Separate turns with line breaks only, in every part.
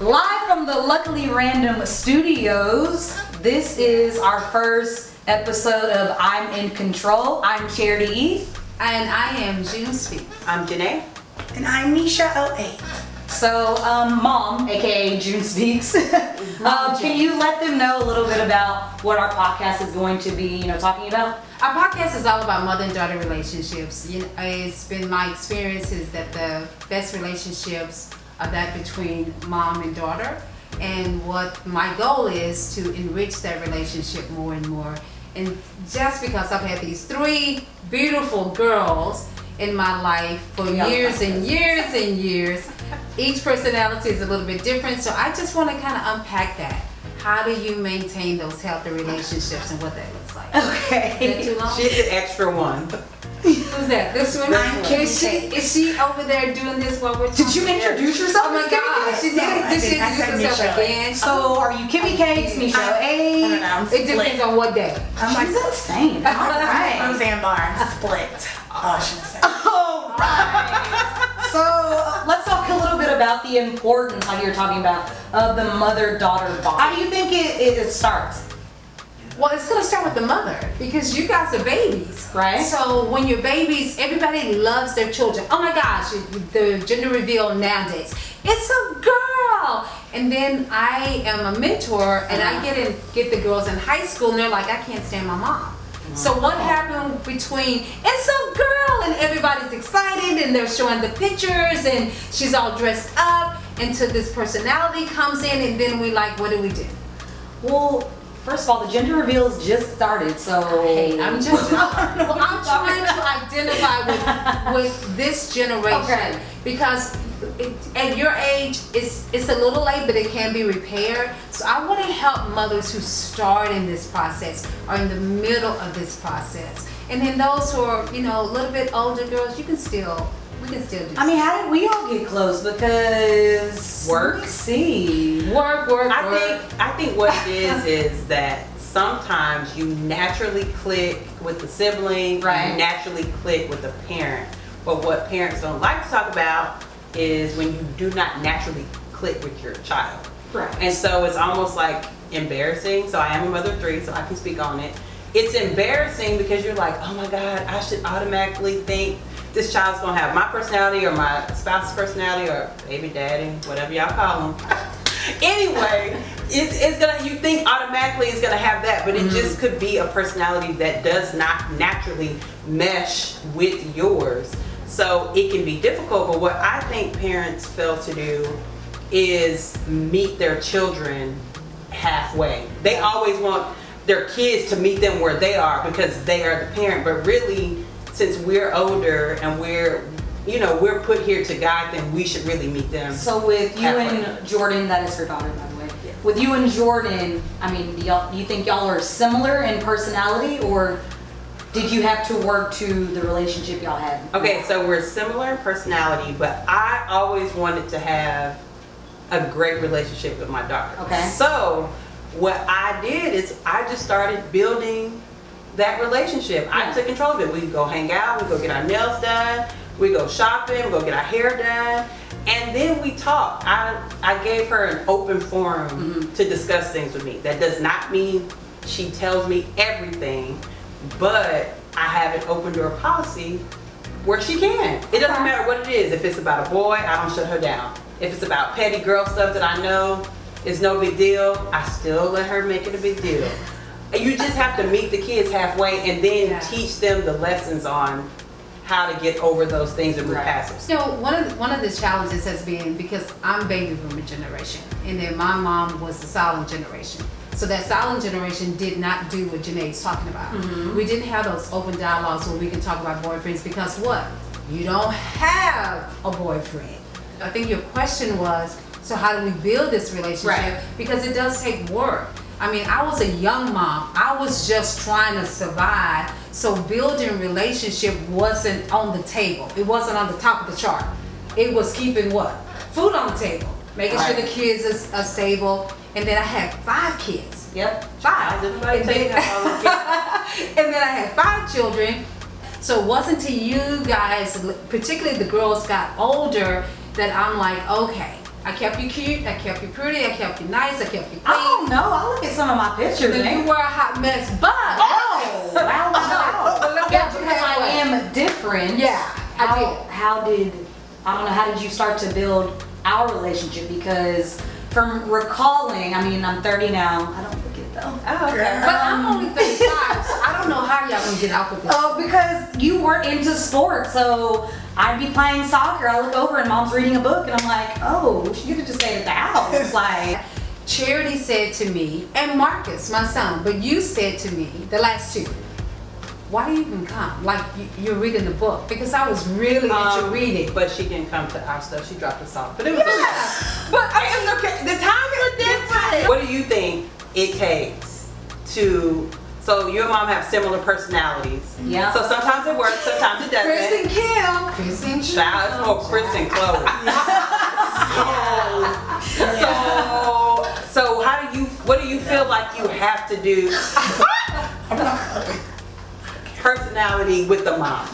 Live from the Luckily Random Studios, this is our first episode of I'm in Control. I'm Charity E.
And I am June Speak.
I'm Janae.
And I'm Nisha LA.
So, um, Mom, aka June Speaks, um, can you let them know a little bit about what our podcast is going to be, you know, talking about?
Our podcast is all about mother and daughter relationships. You know, it's been my experience is that the best relationships are that between mom and daughter. And what my goal is to enrich that relationship more and more. And just because I've had these three beautiful girls in my life for
Yeah.
years and years and years, each personality is a little bit different. So I just want to kind of unpack that. How do you maintain those healthy relationships and what that looks like? Is
Okay.
that too long?
She's the extra one.
Who's that? This one?
I'm
Is she, is she over there doing this while we're talking?
Did you introduce yourself?
Oh my gosh. She did,
No,
did she
I think I
introduce
said
herself
Michelle.
again?
So, Oh, are you Kimmy Cakes, Michelle A?
I'm
it depends on what day.
I'm like,
She's insane. All
I'm
right.
Zambar. I'm split. Oh, I shouldn't say.
All right. So uh, let's talk a little bit about the importance, like you were talking about, of the mother-daughter bond. How do you think it, it, it starts?
Well, it's gonna start with the mother because you guys are babies,
Right.
So when you're babies, everybody loves their children. Oh my gosh, the gender reveal nowadays, it's a girl. And then I am a mentor, and I get in get the girls in high school, and they're like, I can't stand my mom. So what happened between it's a girl and everybody's excited and they're showing the pictures and she's all dressed up until this personality comes in and then we like what do we do?
Well, first of all, the gender reveals just started, so
Hey, I'm just well, I'm trying to identify with with this generation
Okay.
because it, at your age, it's it's a little late, but it can be repaired. So I want to help mothers who start in this process or in the middle of this process, and then those who are you know a little bit older girls, you can still we can still do.
I mean, how did we all get close? Because
Work.
Let's see.
work, work,
I
work.
think I think what it is is that sometimes you naturally click with the sibling,
Right.
you naturally click with the parent. But what parents don't like to talk about is when you do not naturally click with your child.
Right.
And so it's almost like embarrassing. So I am a mother of three, so I can speak on it. It's embarrassing because you're like, oh my God, I should automatically think this child's gonna have my personality or my spouse's personality or baby daddy, whatever y'all call them. anyway, it's, it's gonna, you think automatically it's gonna have that, but it just could be a personality that does not naturally mesh with yours. So it can be difficult, but what I think parents fail to do is meet their children halfway. They always want their kids to meet them where they are because they are the parent. But really, since we're older and we're, you know, we're put here to guide them, we should really meet them.
So with you
Halfway.
and Jordan, that is her daughter, by the way. With you and Jordan, I mean, do y'all, do you think y'all are similar in personality, or did you have to work to the relationship y'all had?
Okay, so we're similar in personality, but I always wanted to have a great relationship with my daughter.
Okay.
So what I did is I just started building that relationship.
Yeah.
I took control of it. We go hang out, we go get our nails done, we go shopping, we go get our hair done. And then we talk. I, I gave her an open forum to discuss things with me. That does not mean she tells me everything, but I have an open door policy where she can. It doesn't matter what it is. If it's about a boy, I don't shut her down. If it's about petty girl stuff that I know is no big deal, I still let her make it a big deal. You just have to meet the kids halfway and then
Yeah.
teach them the lessons on how to get over those things and move
Right.
past them.
You know, one of the, one of the challenges has been because I'm baby boomer generation, and then my mom was the silent generation. So that silent generation did not do what Janae's talking about. We didn't have those open dialogues where we can talk about boyfriends because what? You don't have a boyfriend. I think your question was, so how do we build this relationship?
Right.
Because it does take work. I mean, I was a young mom. I was just trying to survive. So building relationship wasn't on the table. It wasn't on the top of the chart. It was keeping what? Food on the table. Making
Right.
sure the kids is, are stable. And then I had five kids.
Yep.
Five.
How's everybody
And
taking
then-
that all the kids?
and then I had five children. So it wasn't till you guys, particularly the girls, got older that I'm like, okay, I kept you cute, I kept you pretty, I kept you nice, I kept you clean.
I
Oh,
don't know. I look at some of my pictures.
Then you
man.
were a hot mess, but
Oh, wow, wow.
But look
Yeah,
at you
because I
halfway.
am different.
Yeah, I
how,
did.
How did, I don't know, how did you start to build our relationship? Because from recalling, I mean, I'm 30 now. I don't forget though.
Oh, okay.
But I'm only 35, so I don't know how y'all gonna get out of this.
Oh, because you weren't into sports, so I'd be playing soccer. I look over and mom's reading a book, and I'm like, oh, she could have just stayed at the house. Like,
Charity said to me, and Marcus, my son, but you said to me, the last two, why do you even come? Like, you, you're reading the book. Because I was really into
Um,
reading.
But she didn't come to our stuff. She dropped us off. But it was okay.
Yeah.
But I mean, okay, the times are different. What do you think it takes to? So you and mom have similar personalities.
Yeah.
So sometimes it works, sometimes it
Chris
doesn't.
and Kim. Chris and Kim.
Child, it's more Chris and Chloe. So, so how do you? What do you feel like you have to do? Personality with the mom.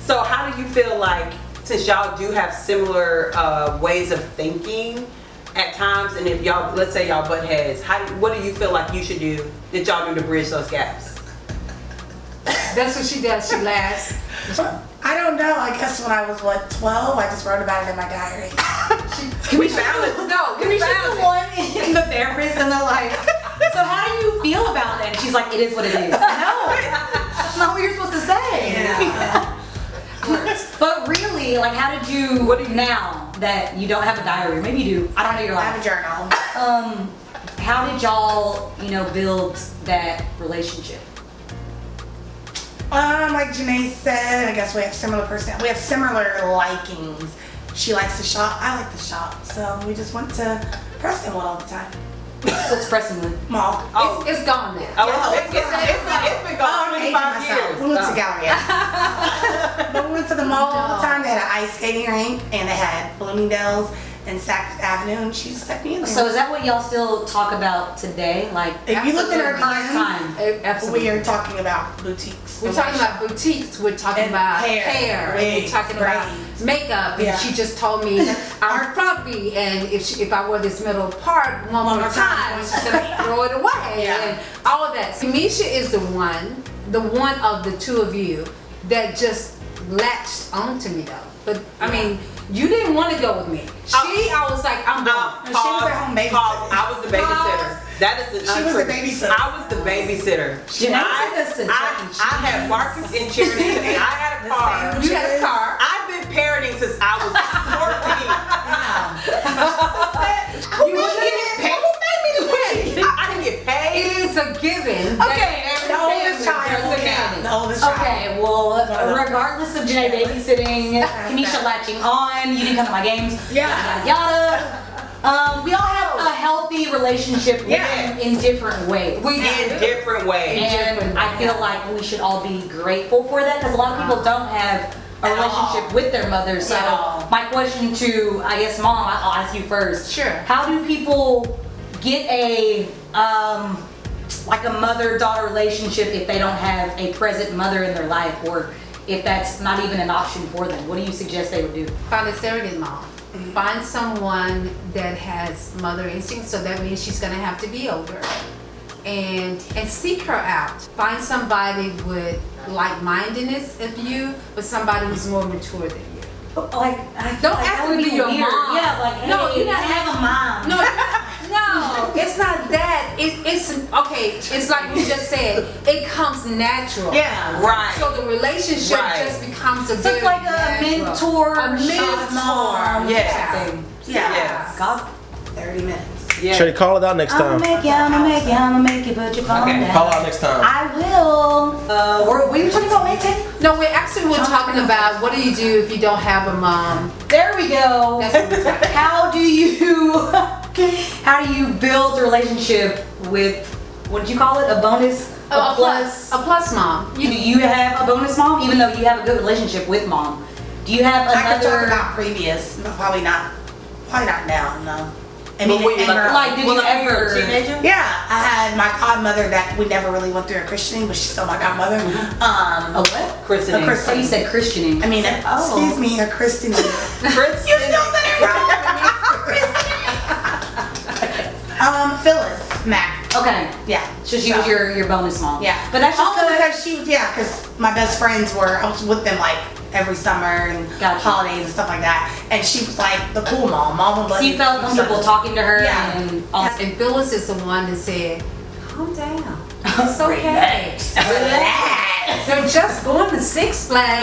So how do you feel like since y'all do have similar uh, ways of thinking at times, and if y'all let's say y'all butt heads, how do, what do you feel like you should do that y'all do to bridge those gaps?
That's what she does. She laughs.
I don't know. I guess when I was what 12, I just wrote about it in my diary.
we found it.
No, we
she's
found
the
it.
one in the therapist, and they're like, so how do you feel about that? And she's like, it is what it is. No, that's not what you're supposed to say. But really, like, how did you? What do you now that you don't have a diary? Maybe you do. I don't know your
I have a
life.
journal.
Um, how did y'all, you know, build that relationship?
Um, like Janae said, I guess we have similar person. We have similar likings. She likes to shop. I like to shop. So we just went to Prestonwood all the time.
What's Prestonwood?
Mall.
Oh.
It's, it's gone now.
Oh, it's, it's, it's, it's been gone
I'm aging
25
myself.
years.
We went
Oh.
to Galleria. but we went to the mall all the time. They had an ice skating rink and they had Bloomingdale's and Saks Avenue. And she just kept me in there.
So is that what y'all still talk about today? Like
if you looked at our
the current
time,
time?
Eh, Absolutely.
we are talking about boutiques.
We're talking about boutiques. We're talking
And
about hair.
hair,
we're
wigs,
talking about
braids.
makeup. And
Yeah.
she just told me I'm frumpy, and if she, if I wore this middle part one more
more
time,
time.
she's gonna throw it away
Yeah.
and all of that. Misha is the one, the one of the two of you that just latched onto me though. But I mean, you didn't want to go with me. She, I was like, I'm
No,
going.
She was
pause,
at home babysitter.
pause. I was the babysitter.
Pause.
That is an
She was the
untruth.
babysitter.
I was the babysitter.
Jeanette
I,
took us to Chuck
I,
E.
I had Marcus and Charity, and I had a car.
You had a car.
I've been parenting since I was 14.
You
I
wouldn't
didn't get paid. I, I didn't get paid.
It is a given.
the oldest child.
there's a
yeah,
nanny.
the uh, oldest child.
Okay, well, regardless of Janae babysitting, Kenisha latching on, you didn't come to my games,
Yeah. Oh.
yada yada. Um, we all have a healthy relationship with
Yeah.
them in different ways.
We
In
did.
different ways.
and I feel like we should all be grateful for that because a lot of people don't have a
At all.
relationship with their mother. So,
At all.
my question to, I guess, mom, I- I'll ask you first.
Sure.
How do people get a, um, like a mother daughter relationship if they don't have a present mother in their life or if that's not even an option for them? What do you suggest they would do?
find a surrogate mom. Find someone that has mother instinct, so that means she's gonna have to be older. And and seek her out. Find somebody with like-mindedness of you, but somebody who's more mature than you.
Like, I
Don't ask
that
them
would
to be your
weird.
mom.
Yeah, like,
No,
hey,
you gotta
have a mom.
No, no, it's not that. It, it's okay. It's like you just said. It comes natural.
Yeah.
Right.
So the relationship
Right.
just becomes a
So it's
very
like a
natural-
mentor,
a
shot
mentor.
mom.
Yes.
Thing.
Yeah.
Yes.
God
30 minutes.
Yes.
Should call it out next
I'ma
time?
make you, I'ma make you, I'ma make you put your phone
Okay,
down.
Call out next time.
I will. Uh, we're, we were talking about maintain.
No, we actually were talking about what do you do if you don't have a mom?
There we go.
That's what we're talking
how do you, how do you build a relationship with, what did you call it? A bonus?
Oh, a plus, a plus mom.
You, do you have a bonus mom, even though you have a good relationship with mom? Do you have
I could talk
another?
about previous, but probably not. Probably not now. No. I mean,
But when you
and
were-
we're-
Like, did
Well,
you
like, you were
ever?
a teenager?
Yeah, I had my godmother that we never really went through a christening, but she's still my godmother.
Mm-hmm. A
Um,
what?
Christening.
A christening.
So you said Christianing.
I mean,
Oh. Oh.
excuse me, a christening.
Christening.
said it right. Um, Phyllis Mack.
Okay.
Yeah.
So she was your, your bonus mom.
Yeah.
But that's just
Only
good.
because she was, yeah, because my best friends were, I was with them like every summer and
Gotcha.
holidays and stuff like that. And she was like the cool mom. Mom would let
So you
me
felt
do
comfortable
stuff.
talking to her
Yeah.
and all
And Phyllis is the one that said, calm down. It's okay.
Relax.
They're just going to Six Flags.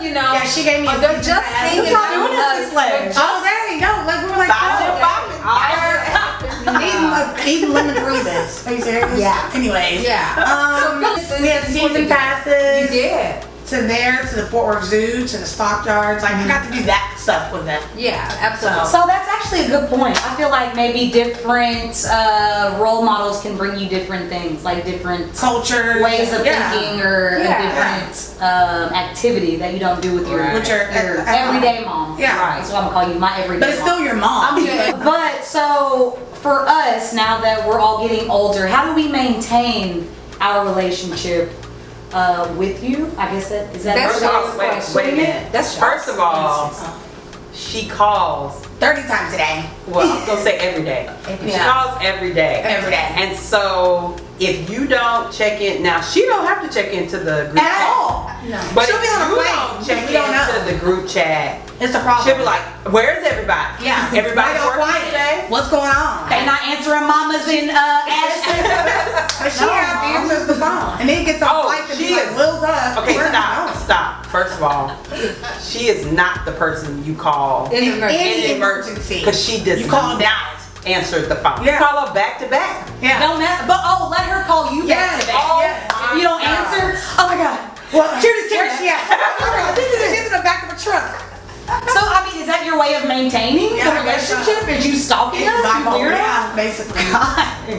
you know.
Yeah, she gave me
Or
a
they're
season
just
pass.
hanging
What y'all doing
out.
at Six Flags?
They're
Oh, there you go. Like, we were like,
Bopping, bopping, all-
oh, eating, eating lemon freezes. Are you serious?
Yeah.
Anyways.
Yeah.
Um,
So Phyllis
we had
is important.
season passes.
You did.
to there, to the Fort Worth Zoo, to the stockyards. Like I got to do that stuff with them.
Yeah, absolutely.
So that's actually a good point. I feel like maybe different uh, role models can bring you different things, like different
Culture
ways of
yeah.
thinking or
Yeah.
a different um, activity that you don't do with your,
Right. With
your-
your
at- at-
everyday mom.
Yeah.
Right. That's what I'm calling you, my everyday
But it's
mom.
still your mom.
I'm good.
But so for us, now that we're all getting older, how do we maintain our relationship uh, with you? I guess that is that
That's
First of all,
Shaw's
wait,
question.
wait a minute.
That's
First
Shaw's
of all, she calls,
Thirty times a day.
well, I was gonna say every day. She
Yeah.
calls every day.
Every day.
And so if you don't check in, now she don't have to check into the group
At
chat.
all.
No.
But
She'll
if
be on a
you
plane.
don't check
We don't know.
into the group chat,
It's a problem.
she'll be like, where's everybody?
Yeah.
Everybody
Why y'all
working
quiet?
today?
What's going on?
They're not answering mamas and uh, Ashley.
But she have answers the phone. And then gets on
Oh,
flight and
she
be like,
is-
Will's up.
Okay,
Where's
stop,
the phone?
stop. First of all, she is not the person you call
In
Any
emergency.
in
emergency.
because she does
You call
not answer the phone.
Yeah.
You call her back to back.
Yeah.
Don't matter. But oh, let her call you back
Yes.
today.
Oh,
yes.
my
You don't
God.
answer. Oh my god.
Well, Judas, where's she at? Oh my God, this is- She's in the back of a truck.
So I mean, is that your way of maintaining
Yeah,
the
I guess so.
relationship? Is you stalking
It's
us?
my
You
fault.
weirdo?
Yeah, basically.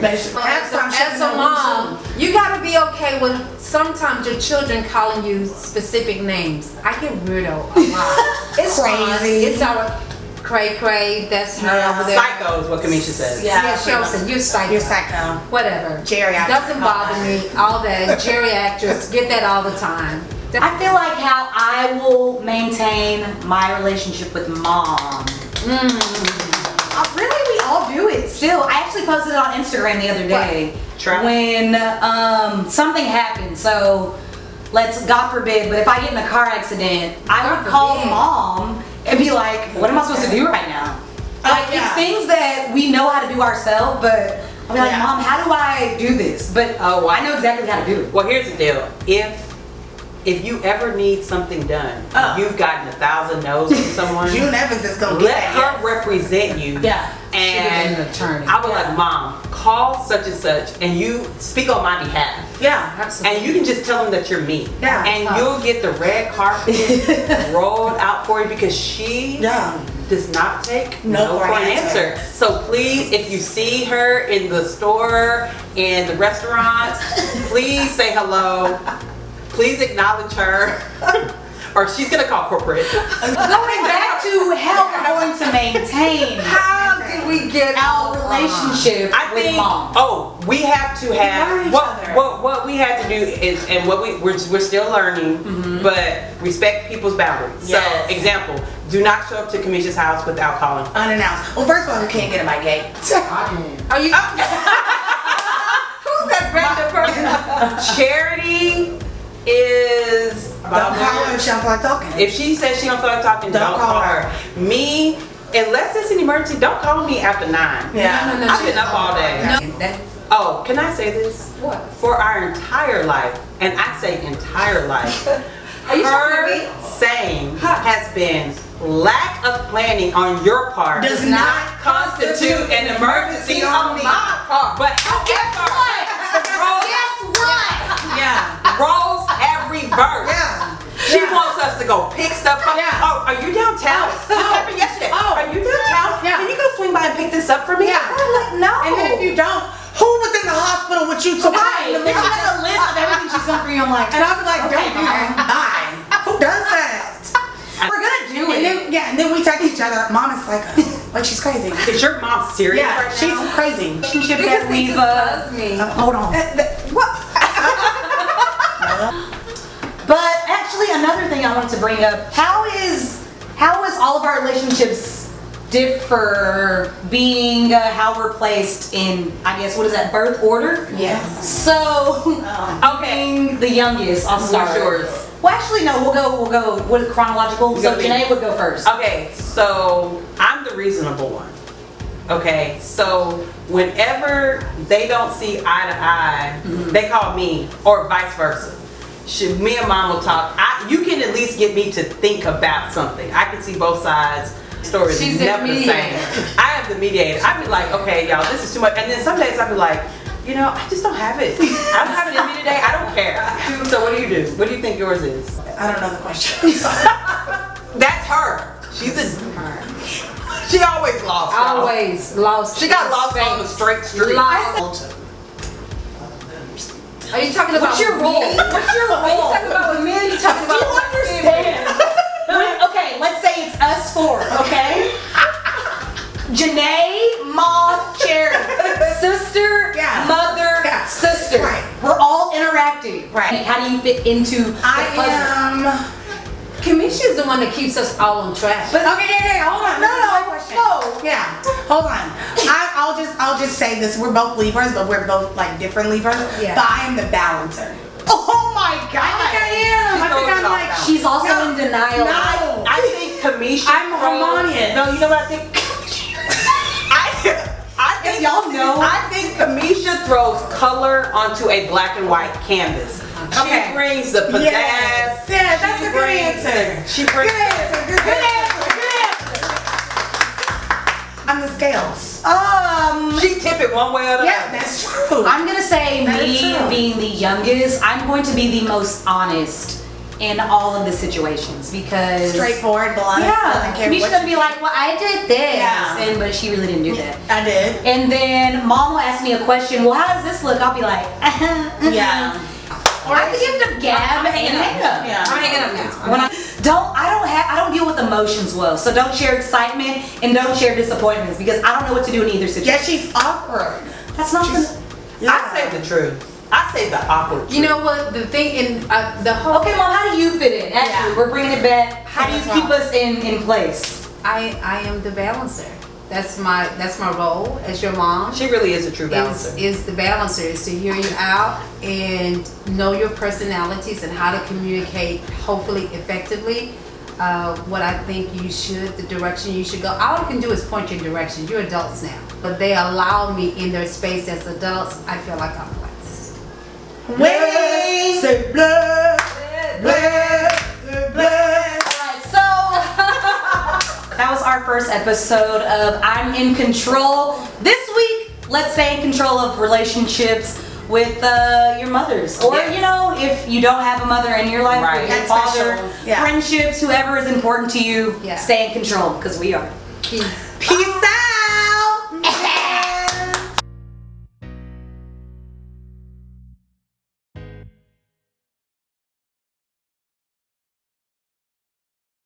Basically.
As
That's
a,
why I'm
as
shutting
a
her
mom,
loose.
you gotta be okay with sometimes your children calling you specific names. I get weirdo a lot. it's fine.
Crazy.
It's our cray cray. That's her
Yeah.
over there.
Psycho is what Kamisha says.
Yeah.
Yeah, she always said, you're psycho.
You're psycho.
Whatever.
Geriatric.
Doesn't bother me. All that geriatrics get that all the time.
I feel like how I will maintain my relationship with mom. Mm. Uh, really, we all do it still. I actually posted it on Instagram the other day
Try.
when um, something happened. So let's, God forbid, but if I get in a car accident, I would
God
call
forbid.
mom and be like, "What am I supposed to do right now?"
Oh,
Like it's
yeah.
things that we know how to do ourselves, but I'll be like,
Yeah.
"Mom, how do I do this?" But oh, I know exactly how to do it.
Well, here's the deal. If if you ever need something done,
Uh.
Oh.
you've gotten a thousand no's from someone.
June Evans is gonna
let
get that.
her represent you.
Yeah.
And
She was an attorney.
I would like, mom, call such and such, and you speak on my behalf.
Yeah.
Absolutely.
And you can just tell them that you're me.
Yeah.
And you'll get the red carpet rolled out for you because she
Yeah.
does not take
No
no,
for
for
an
an
answer.
answer. So please, if you see her in the store, in the restaurant, please say hello. Please acknowledge her. or she's gonna call corporate.
Going back to how we're going to maintain
How did we get
our
on?
relationship
I
with
think.
mom.
Oh, we have to
learn
have
each
what,
other.
what what we have to do is, and what we we're, we're still learning, but respect people's boundaries.
Mm-hmm. Yes.
So, example: do not show up to Kamisha's house without calling.
Unannounced. Well, first of all, you can't get in my gate.
Are you?
Who's that random person? Charity is.
Don't call her if she don't feel like talking.
If she says she don't feel like talking,
Don't
don't,
call
call her. Me, unless it's an emergency, don't call me after nine.
yeah.
No, no, no,
I've
she's
been up all day.
No. That,
Oh, can I say this?
what?
For our entire life, and I say entire life,
Are you
her
talking to me?
saying has been lack of planning on your part
Does not
constitute an emergency
me.
on my part. But however,
Guess what?
Yeah.
rolls every verse.
Yeah.
She
Yeah.
wants us to go pick stuff up.
Yeah.
Oh, are you downtown? This happened yesterday.
Oh.
Are you downtown?
Yeah.
Can you go swing by and pick this up for me?
Yeah.
I'm like, no.
And then if you don't, who was in the hospital with you tomorrow?
Right.
in the
Then she
middle of
has a
the-
list of everything she's done for you. I'm like,
And I'll be like, don't do that. Bye. Who does that?
we're gonna do
And
it.
then, yeah, and then we text each other. Mom is like, oh, like she's crazy.
is your mom serious
Yeah,
right
she's
now?
crazy.
Relationship
Because
that
he
we've
just
uh,
loves me.
Uh, Hold on.
But actually, another thing I wanted to bring up: how is how is all of our relationships diff for being uh, how we're placed in, I guess, what is that, birth order?
Yes.
So,
Um,
I'm being the youngest. I'll start.
What's yours?
Well, actually, no. We'll go. We'll go. What chronological?
You
So
got me.
Janae would go first.
Okay, so I'm the reasonable one. Okay, so whenever they don't see eye to eye, they call me, or vice versa. Should me and mom will talk. I, you can at least get me to think about something. I can see both sides. Stories
She's the
never the same.
mediator.
I am the mediator. I'd be like, okay, y'all, this is too much. And then some days I'd be like, you know, I just don't have it. I don't have it in me today. I don't care. So what do you do? What do you think yours is?
I don't know the question.
That's her. She's a she always lost. y'all.
Always lost.
Oh. She got
in
lost on the
space.
straight street.
Lost. Are you talking about
What's your
me?
role? What's your
Are you
role?
talking about me? Are you talking
Do
about
you understand? When- okay, let's say it's us four, okay? Janae, mom, Cherry, sister,
Yeah.
mother,
Yeah.
sister.
Right.
We're all interacting.
Right.
How do you fit into the
I
puzzle?
am.
Kamisha's the one that keeps us all on track.
But okay, yeah, yeah, hold on. No, no,
My question.
no. Yeah, hold on. I, I'll just, I'll just say this. We're both Libras, but we're both like different Libras.
Yeah.
But I am the balancer.
Oh my god!
I think I am. I think
She throws it
I'm
all
like.
down.
She's also
No.
in denial.
No.
I think Kamisha.
I'm
throws-
harmonious.
No, you know what I think? I, I think
If y'all know-
I think Kamisha throws color onto a black and white canvas.
Okay.
She brings the pizzazz.
Yes. Yeah, that's
She
a good
brings the-
answer.
She brings.
Good answer. Good, good answer. Good answer. I'm the scales.
Um,
She tip it one way or the
Oh, Yeah,
other.
that's true.
I'm gonna say
That is
me
true.
being the youngest, I'm going to be the most honest in all of the situations because
straightforward, blunt.
Yeah,
doesn't care
Kamisha's
what
gonna
you
be like, well, I did this,
Yeah.
and but she really didn't do that.
think. I did.
And then mom will ask me a question. Well, how does this look? I'll be like,
Yeah.
Or I think of the gab and
hanging up.
hang up.
Yeah.
I'm hanging up now.
When I don't, I don't have, I don't deal with emotions well. So don't share excitement and don't share disappointments because I don't know what to do in either situation.
Yeah, she's awkward.
That's not.
She's-
the-
I say the truth. I say the awkward truth.
You know what? The thing in uh, the whole.
Okay, mom, how do you fit in? Actually,
Yeah.
we're bringing it back. How do you
That's
keep
wrong.
us in in place?
I I am the balancer. That's my that's my role as your mom.
she really is a true
Is,
balancer.
is the balancer is to hear you out and know your personalities and how to communicate hopefully effectively uh, what I think you should the direction you should go all I can do is point you in direction you're adults now but they allow me in their space as adults I feel like I'm blessed
Wait. Say bless, bless, bless.
Alright, so that was our first episode of I'm in Control. This week, let's stay in control of relationships with uh, your mothers, or
Yes.
you know, if you don't have a mother in your life,
Right.
or your
That's
father,
special. Yeah.
friendships, whoever is important to you,
Yeah.
stay in control because we are.
peace
Peace out.